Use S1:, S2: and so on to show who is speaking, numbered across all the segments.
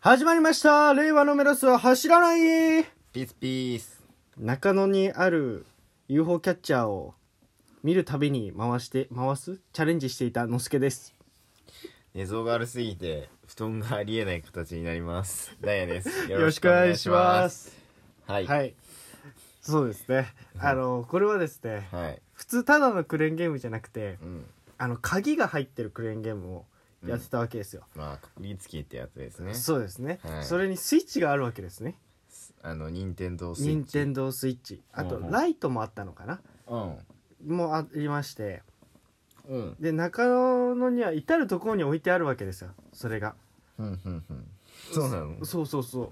S1: 始まりました令和のメロスは走らない
S2: ピースピース
S1: 中野にある UFO キャッチャーを見るたびに回して回すチャレンジしていたのすけです
S2: 寝相が悪すぎて布団がありえない形になりますダイ ヤです
S1: よろしくお願いします
S2: はい
S1: は
S2: はい
S1: いそうですねあのこれはですね
S2: はい
S1: 普通ただのクレーンゲームじゃなくて
S2: うん
S1: あの鍵が入ってるクレーンゲームをやってたわけですよ、
S2: まあくくりつきってやつですね
S1: そうですね、
S2: はい
S1: それにスイッチがあるわけですね
S2: あの任天堂スイ
S1: 任
S2: ッチ
S1: 天堂スイッチあと
S2: うんうん
S1: ライトもあったのかな、
S2: うん
S1: もありまして
S2: うん
S1: で中野には至る所に置いてあるわけですよそれが
S2: うんうんうんそうなの
S1: そうそうそう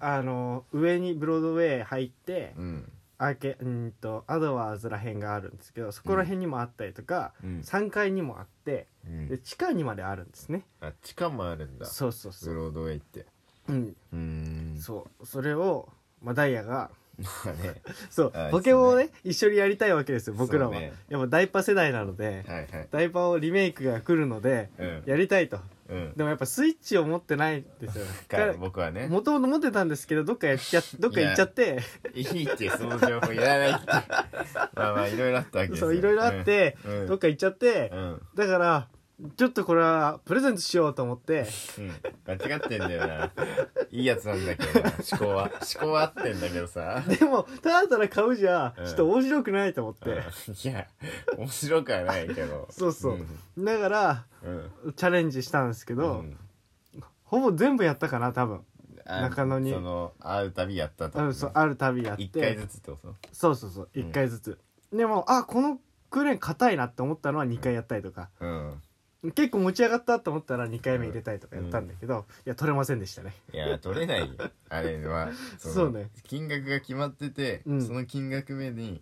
S1: あの上にブロードウェイ入って
S2: うん
S1: アーケうんとアドワーズら辺があるんですけどそこら辺にもあったりとか、
S2: うん
S1: 3階にもあって
S2: うん
S1: で地下にまであるんですね
S2: あ地下もあるんだ
S1: そうそうそ
S2: ブ
S1: う、
S2: ロードウェイって
S1: うん、
S2: うーん
S1: そうそれを、まあ、ダイヤ が
S2: まあね
S1: そう
S2: あ
S1: ポケモンをね一緒にやりたいわけですよ僕らは、
S2: そうね
S1: やっぱダイパ世代なので
S2: はいはい
S1: ダイパをリメイクが来るので
S2: うん
S1: やりたいと
S2: うん
S1: でもやっぱスイッチを持ってないんですよ
S2: から僕はね
S1: もともと持ってたんですけどどっかやっ ちゃどっか行っちゃって
S2: いいってその情報い らないってまあまあいろいろあったわけですよ
S1: そういろいろあって、
S2: うん
S1: どっか行っちゃって
S2: う、ん
S1: だからちょっとこれはプレゼントしようと思って
S2: うん、間違ってんだよな。いいやつなんだけどな、思考は。思考は合ってんだけどさ。
S1: でもただただ買うじゃ
S2: うん
S1: ちょっと面白くないと思って、
S2: いや、面白くはないけど。
S1: そうそう
S2: うん。
S1: だから
S2: うん。
S1: チャレンジしたんですけど、
S2: ん
S1: ほぼ全部やったかな多分
S2: あ
S1: 中野に
S2: その、会うたびやったと。
S1: 多分そうある旅やって
S2: 一回ずつってこと
S1: そうそうそう
S2: うん
S1: 1回ずつ、でもあこのクレーン硬いなって思ったのは2回やったりとか、
S2: うん。
S1: 結構持ち上がったと思ったら2回目入れたりとかやったんだけど、いや取れませんでしたね
S2: いや、取れないよあれは。の
S1: そうね。
S2: 金額が決まってて、
S1: うん
S2: その金額目に、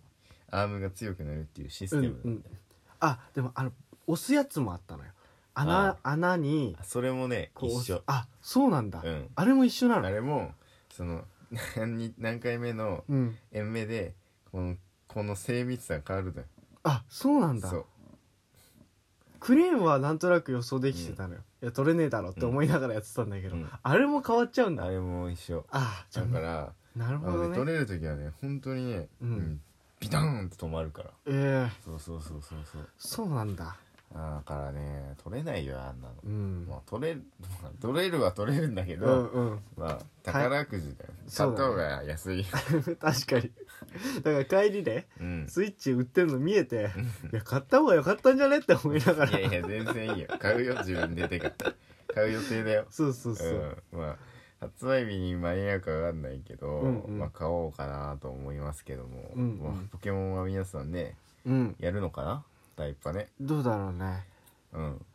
S2: アームが強くなるっていうシス
S1: うん
S2: テ
S1: う
S2: ムなん
S1: ん
S2: だよ、
S1: あでもあの押すやつもあったのよ穴
S2: あ
S1: 穴に
S2: それもね、
S1: こう
S2: 一
S1: 押す
S2: 緒。
S1: あそうなんだ、
S2: うん
S1: あれも一緒な
S2: あ
S1: の
S2: れも、その、何、何回目の、
S1: うん
S2: 円目でこのこの精密さが変わるのよ
S1: あそうなんだ
S2: そう
S1: クレーンはなんとなく予想できてたのよ、いや取れねえだろって思いながらやってたんだけど、
S2: うん
S1: あれも変わっちゃうんだ
S2: あ
S1: あ
S2: れも一緒
S1: あじゃ
S2: だ
S1: あ
S2: から
S1: なる
S2: な
S1: ほど
S2: ので取
S1: ね
S2: れる時はね本当にね、
S1: うん
S2: ビターンって止まるから
S1: ええ
S2: そうそうそうそうそう
S1: そうなんだ
S2: だからね取れないよあんなの、
S1: うん、
S2: まあ取れる、まあ、取れるは取れるんだけ
S1: う
S2: ど、
S1: んうん
S2: まあ宝くじだよ
S1: そ
S2: 買
S1: う
S2: っ
S1: だね
S2: た方が安い
S1: 確かにだから帰りで、
S2: うん
S1: スイッチ売ってるの見えて、いや、買った方が良かったんじゃねって思いなが
S2: いや
S1: ら。
S2: いや全然いいよ買うよ自分でてか買う予定だよ
S1: そうそうそう。
S2: ん、まあ発売日に間に合うかわかんないけど、
S1: うんうん
S2: まあ買おうかなと思いますけども、
S1: うんうん
S2: まあ、ポケモンは皆さんね
S1: うん。
S2: やるのかなタイパね
S1: どうだろうね。
S2: うん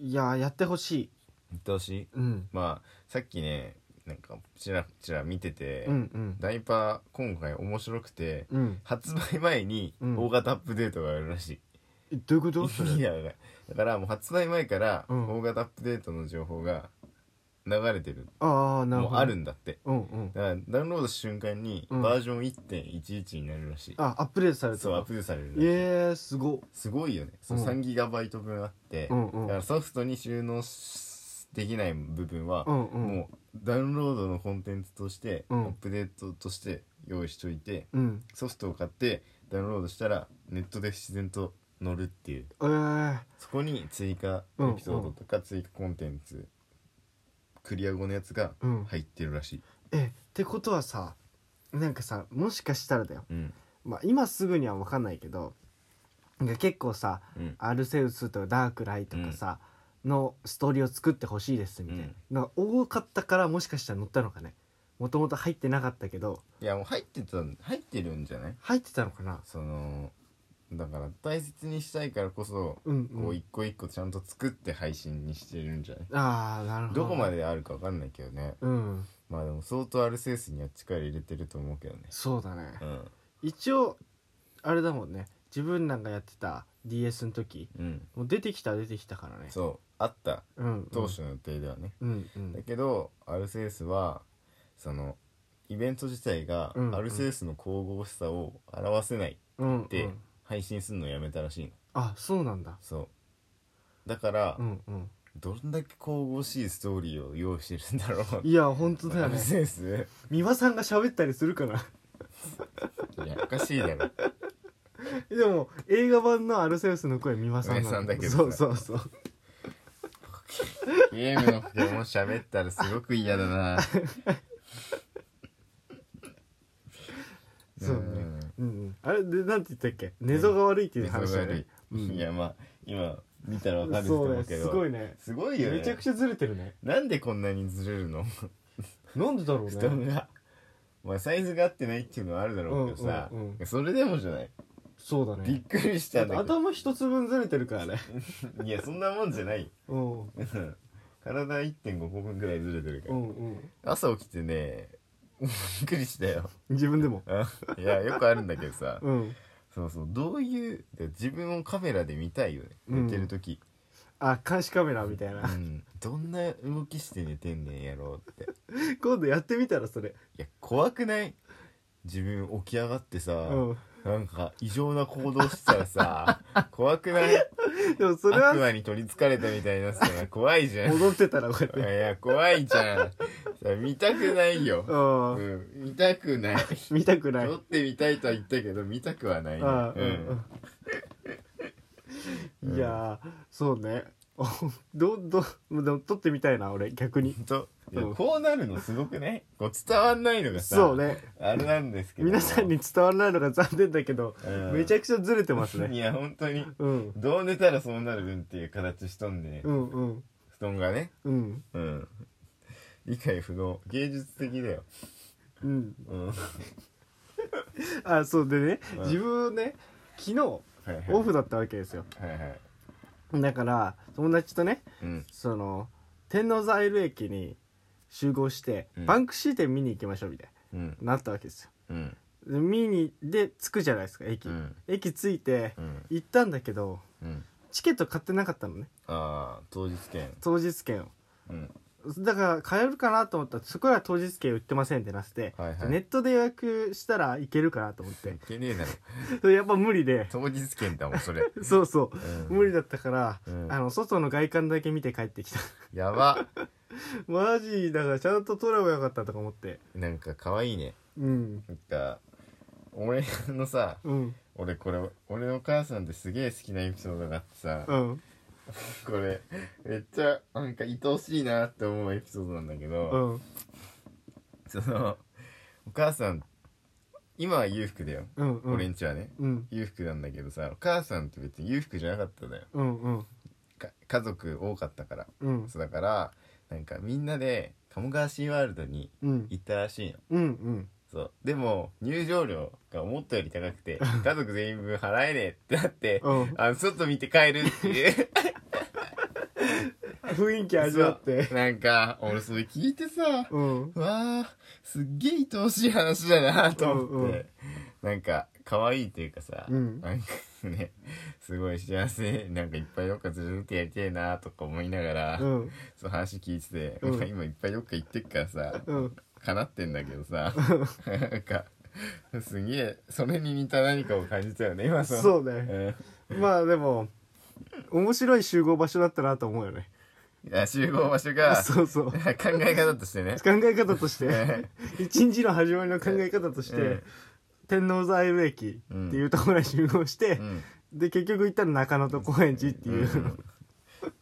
S1: いや、やってほしい。
S2: 見てほしい
S1: うん。
S2: まあさっきねなんかちらちら見てて、
S1: うんうん。
S2: ダイパー今回面白くて、
S1: うん。
S2: 発売前に
S1: うん
S2: 大型アップデートがあるらしい、
S1: えどういうことそ
S2: い
S1: れ
S2: やだからだからもう発売前から
S1: うん
S2: 大型アップデートの情報が流れてる、
S1: ああ、なる
S2: も
S1: ほ
S2: う
S1: ど。
S2: ある。んだって
S1: うんうん。
S2: だからダウンロードした瞬間に
S1: うん
S2: バージョン1.11になるらしい、
S1: あ、アップデートされた。
S2: そうアップデートされるらしい
S1: ええ、すごっ。
S2: すごいよねその
S1: うん
S2: 3GB 分あって、
S1: うんうん
S2: だからソフトに収納しできない部分は、
S1: うんうん
S2: もうダウンロードのコンテンツとして、
S1: うん
S2: アップデートとして用意しといて
S1: うん。
S2: ソフトを買ってダウンロードしたらネットで自然と乗るっていう
S1: ええ。
S2: そこに追加エピソードとか追加コンテンツ、クリア後のやつが
S1: うん
S2: 入ってるらしい、
S1: え、ってことはさ、なんかさ、もしかしたらだよ。
S2: うん
S1: まあ、今すぐには分かんないけど、なんか結構さ、
S2: うん
S1: アルセウスとかダークライとかさ、のストーリーを作ってほしいですみたいな、のが多かったからもしかしたら乗ったのかねもともと入ってなかったけど
S2: いやもう入ってたん入ってるんじゃない
S1: 入ってたのかな
S2: そのだから大切にしたいからこそ、
S1: うん
S2: こ
S1: う
S2: うん一個一個ちゃんと作って配信にしてるんじゃない
S1: ああなるほど
S2: どこまであるかわかんないけどね
S1: うん
S2: まあでも相当アルセウスには力入れてると思うけどね
S1: そうだね
S2: うん
S1: 一応あれだもんね自分なんかやってた DS の時
S2: うん
S1: もう出てきたら出てきたからね
S2: そうあった
S1: うんうん
S2: 当初の予定ではね、
S1: うんう
S2: だ
S1: ん
S2: けどアルセウスはそのイベント自体が
S1: うんうん
S2: アルセウスの神々しさを表せないっ
S1: うんう
S2: て
S1: ん
S2: 配信するのをやめたらしいの
S1: あそうなんだ
S2: そうだから、
S1: うんうん
S2: どんだけ神々しいストーリーを用意してるんだろう
S1: いや本当だ よね
S2: センス
S1: 三輪さんが喋ったりするかな
S2: いやおかしいだろ
S1: でも映画版のアルセウスの声三輪さんなの
S2: 三輪さんだけどさ
S1: そうそうそう
S2: ゲームのポケモン喋ったらすごく嫌だな
S1: そうねうんうんあれでなんて言ったっけ寝相が悪いって
S2: う
S1: い
S2: ん
S1: う話だよ
S2: 忙
S1: ね
S2: し
S1: うん
S2: いいやまあ今見たらわかると
S1: そう
S2: 思
S1: ね
S2: うけど
S1: すごいね
S2: すごいよね
S1: めちゃくちゃずれてるね
S2: なんでこんなにずれるの
S1: なんでだろう
S2: 布
S1: ね
S2: 団がまあサイズが合ってないっていうのはあるだろうけどさ、
S1: うんうんう
S2: それでもじゃない、
S1: そうだ
S2: びっ
S1: ね
S2: くりし
S1: だっ
S2: たん
S1: て
S2: だけど
S1: 頭一つ分ずれてるからね
S2: いやそんなもんじゃない
S1: うん
S2: うん体1.5個分ぐらいずれてるか
S1: う
S2: ら、
S1: んうん
S2: 朝起きてねびっくりしたよ
S1: 自分でも
S2: うんいやよくあるんだけどさ
S1: うん
S2: そうそうどういう自分をカメラで見たいよね
S1: うん
S2: 寝てる時、
S1: あ監視カメラみたい
S2: うん
S1: な
S2: どんな動きして寝てんねんやろうって
S1: 今度やってみたらそれ
S2: いや怖くない自分起き上がってさ、
S1: うん
S2: なんか異常な行動してたら さ怖くない
S1: でもそれ
S2: 悪
S1: は
S2: 魔に取りつかれたみたいになってたら怖いじゃんい
S1: 戻ってたらこうやって
S2: や怖いじゃんさ見たくないよ、
S1: う
S2: うんん、見たくない
S1: 見たくない
S2: 撮ってみたいとは言ったけど見たくはないね
S1: あー
S2: う
S1: うん
S2: ん
S1: うんいやーそうね どどでも撮ってみたいな俺逆に
S2: ほんといや
S1: うん
S2: こうなるのすご くねこう伝わんないのがさ
S1: そうね
S2: あれなんですけど
S1: 皆さんに伝わらないのが残念だけど、
S2: うん
S1: めちゃくちゃずれてますね
S2: いや本当に
S1: うん
S2: どう寝たらそうなる分っていう形しとんで、
S1: うんうん
S2: 布団がね
S1: うん
S2: うん理解不能芸術的だよ
S1: うん
S2: うん
S1: あそうでね、
S2: うん
S1: 自分ね昨日
S2: はいはい
S1: オフだったわけですよ
S2: はいはい
S1: だから友達とね
S2: うん
S1: その天王座 L 駅に集合して、
S2: うん
S1: バンクシー店見に行きましょうみたい
S2: うん
S1: になったわけですよ
S2: うん
S1: で見にで着くじゃないですか駅、
S2: うん
S1: 駅着いて
S2: うん
S1: 行ったんだけど
S2: うん
S1: チケット買ってなかったのね
S2: ああ当日券
S1: 当日券を
S2: うん
S1: だから買えるかなと思ったらそこは当日券売ってませんってなってて、
S2: はいはい
S1: ネットで予約したらいけるかなと思っ
S2: い
S1: て
S2: けねえだろ
S1: それやっぱ無理 で
S2: 当日券だもんそれ、
S1: そうそう
S2: うん
S1: 無理だったから、
S2: うん
S1: あの外の外観だけ見て帰ってきた
S2: やば
S1: マジだからちゃんと撮ればよかったとか思って
S2: なんか可愛いね
S1: うん
S2: なんか俺のさ
S1: うん
S2: 俺これ俺のお母さんですげえ好きなエピソードがあってさ
S1: うん
S2: これめっちゃなんか愛おしいなって思うエピソードなんだけど、
S1: うん
S2: そのお母さん今は裕福だよ、
S1: うんうん
S2: 俺んちはね
S1: うん
S2: 裕福なんだけどさお母さんって別に裕福じゃなかったんだよ
S1: うんうん
S2: か家族多かったから
S1: うん
S2: そうだからなんかみんなで鴨川シーワールドに
S1: うん
S2: 行ったらしいの
S1: うんうん
S2: そうでも入場料が思ったより高 くて家族全員分払えねえってなって
S1: うん
S2: あの外見て帰るっていう
S1: 雰囲気味わって
S2: そうなんか俺それ聞いてさ
S1: うん
S2: うわあすっげえ愛おしい話だなと思って、
S1: うんうん
S2: なんか可愛いというかさ、
S1: うん
S2: なんかねすごい幸せなんかいっぱいどっか連れてってやりてえなとか思いながら、
S1: うん
S2: その話聞いてて、
S1: うん
S2: まあ今いっぱいどっか行ってっからさ、
S1: うん
S2: かなってんだけどさなんかすげえそれに似た何かを感じたよね今の
S1: そうね
S2: うん
S1: まあでも面白い集合場所だったなと思うよね
S2: いや集合場所が考
S1: そうそう考
S2: え方とし てね
S1: え方として 一日の始まりの考え方とし
S2: う
S1: て
S2: ん
S1: 天王座アイル駅っていうところに集合して
S2: うん
S1: で結局行ったら中野と高円寺ってい
S2: うん
S1: う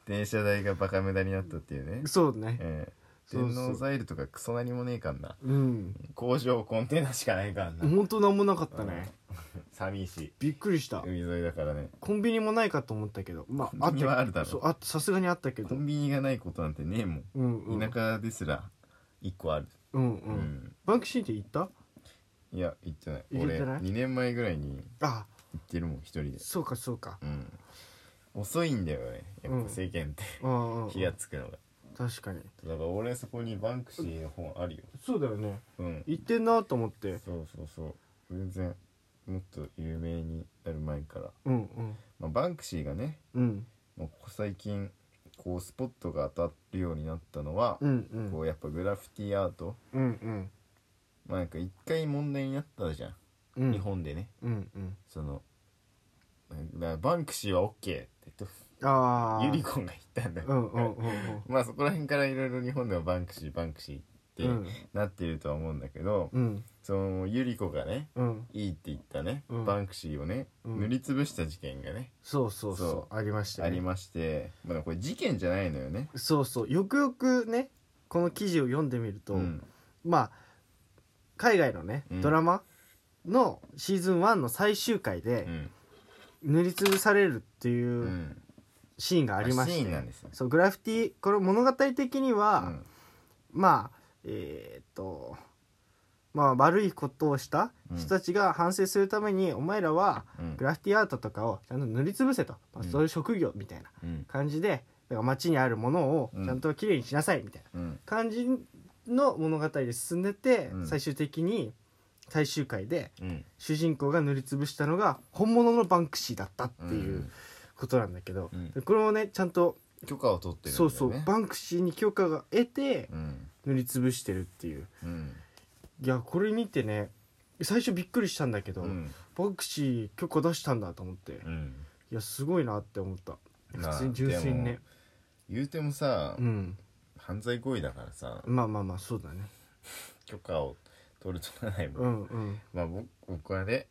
S2: 電車代がバカ無駄になったっていうね、
S1: そうね
S2: えー、
S1: そうそう
S2: 天皇ザイルとかクソ何もねえかんな
S1: うん
S2: 工場コンテナしかないかんな、
S1: 本当なんもなかったね
S2: 寂しい
S1: びっくりした
S2: 海沿いだからね
S1: コンビニもないかと思ったけどまあ
S2: コンビニはあるだろ
S1: そうあさすがにあったけ
S2: コ
S1: ど
S2: ンビニがないことなんてねえもん
S1: うんうん
S2: 田舎ですら一個ある、
S1: うん
S2: う
S1: うんバンクシーって行った
S2: いや行ってない
S1: 行って
S2: 俺
S1: ない
S2: 2年前ぐらいに
S1: あ
S2: 行ってるもん一人で
S1: そうかそうか
S2: うん遅いんだよねや
S1: う
S2: っ
S1: ん
S2: ぱ世間って、
S1: うんうん
S2: 気がつくのが
S1: 確かに
S2: だから俺そこにバンクシーの本あるよ
S1: そうだよね
S2: うん
S1: 行ってんなと思って
S2: そうそうそう全然もっと有名になる前から、
S1: うんうん
S2: まあ、バンクシーがね
S1: うん
S2: もうここ最近こうスポットが当たるようになったのは、
S1: うんう
S2: こ
S1: ん
S2: うやっぱグラフィティアート
S1: うん
S2: まあなんか一回問題になったじゃん、
S1: うん
S2: 日本でね
S1: うんうん
S2: そのだからバンクシーは OK ってと
S1: ああ
S2: ユリコンが行ったんだよ、
S1: うんうんうんうん
S2: まあそこら辺からいろいろ日本ではバンクシーバンクシ
S1: う
S2: ーっ
S1: ん
S2: てなってるとは思うんだけど、
S1: うん
S2: そのユリコがね
S1: うん
S2: いいって言ったね、
S1: うん
S2: バンクシーをね、
S1: うん
S2: 塗りつぶした事件がね
S1: そうそうそう
S2: そう
S1: ありました
S2: あ
S1: よ
S2: り
S1: ね
S2: まして、まあ、でもこれ事件じゃないのよね。
S1: そうそうよくよくねこの記事を読んでみると、
S2: うん
S1: まあ海外のね
S2: うん
S1: ドラマのシーズン1の最終回
S2: う
S1: で
S2: ん
S1: 塗りつぶされるっていうううんシーンがありまし
S2: シーン
S1: て、
S2: なんですよ。
S1: そうグラフィティこれ物語的に
S2: う
S1: は、
S2: ん
S1: まあえーっとまあ悪いことをした人たちが反省するために、お前らは
S2: うん
S1: グラフィティアートとかをちゃんと塗りつぶせと、まあ
S2: うん
S1: そういう職業みたいな
S2: うん
S1: 感じでだから街にあるものをちゃんときれいにしなさいみたいな
S2: うん
S1: 感じの物語で進んでて、
S2: うん
S1: 最終的に最終回で
S2: うん
S1: 主人公が塗りつぶしたのが本物のバンクシーだったっていううんことなんだけど、
S2: う
S1: これもねちゃんと、
S2: 許可を取ってるんだ
S1: そ
S2: よ
S1: う
S2: ね。
S1: そうバンクシーに許可が得て
S2: うん
S1: 塗りつぶしてるっていう
S2: うん
S1: いやこれ見てね最初びっくりしたんだけど、
S2: うん
S1: バンクシー許可出したんだと思って、い
S2: うん
S1: やすごいなって思った
S2: まあ
S1: 普通に純粋にね
S2: 言うてもさ
S1: うん
S2: 犯罪行為だからさ
S1: まあまあまあそうだね
S2: 許可を取る取らないも。
S1: うんんうん
S2: まあ僕僕はね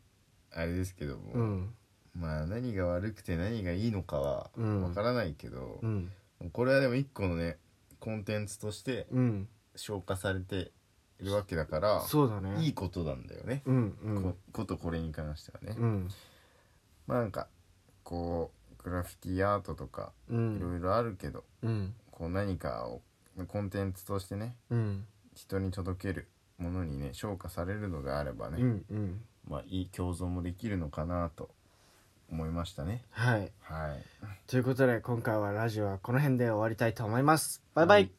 S2: あれですけども、
S1: うん
S2: まあ何が悪くて何がいいのかは
S1: うん
S2: わからないけど
S1: う、ん
S2: これはでも一個のねコンテンツとして
S1: うん
S2: 消化されているわけだから
S1: そうだね
S2: いいことなんだよね、
S1: うん
S2: こことこれに関してはね、
S1: うん
S2: まあなんかこうグラフィティアートとか
S1: う
S2: い
S1: ん
S2: ろいろあるけど、
S1: うん
S2: こう何かをコンテンツとしてね
S1: うん
S2: 人に届けるものにね昇華されるのであればね、
S1: うんうん
S2: まあいい共存もできるのかなと思いましたね
S1: はい
S2: はい
S1: ということで今回はラジオはこの辺で終わりたいと思いますバイバイ、
S2: はい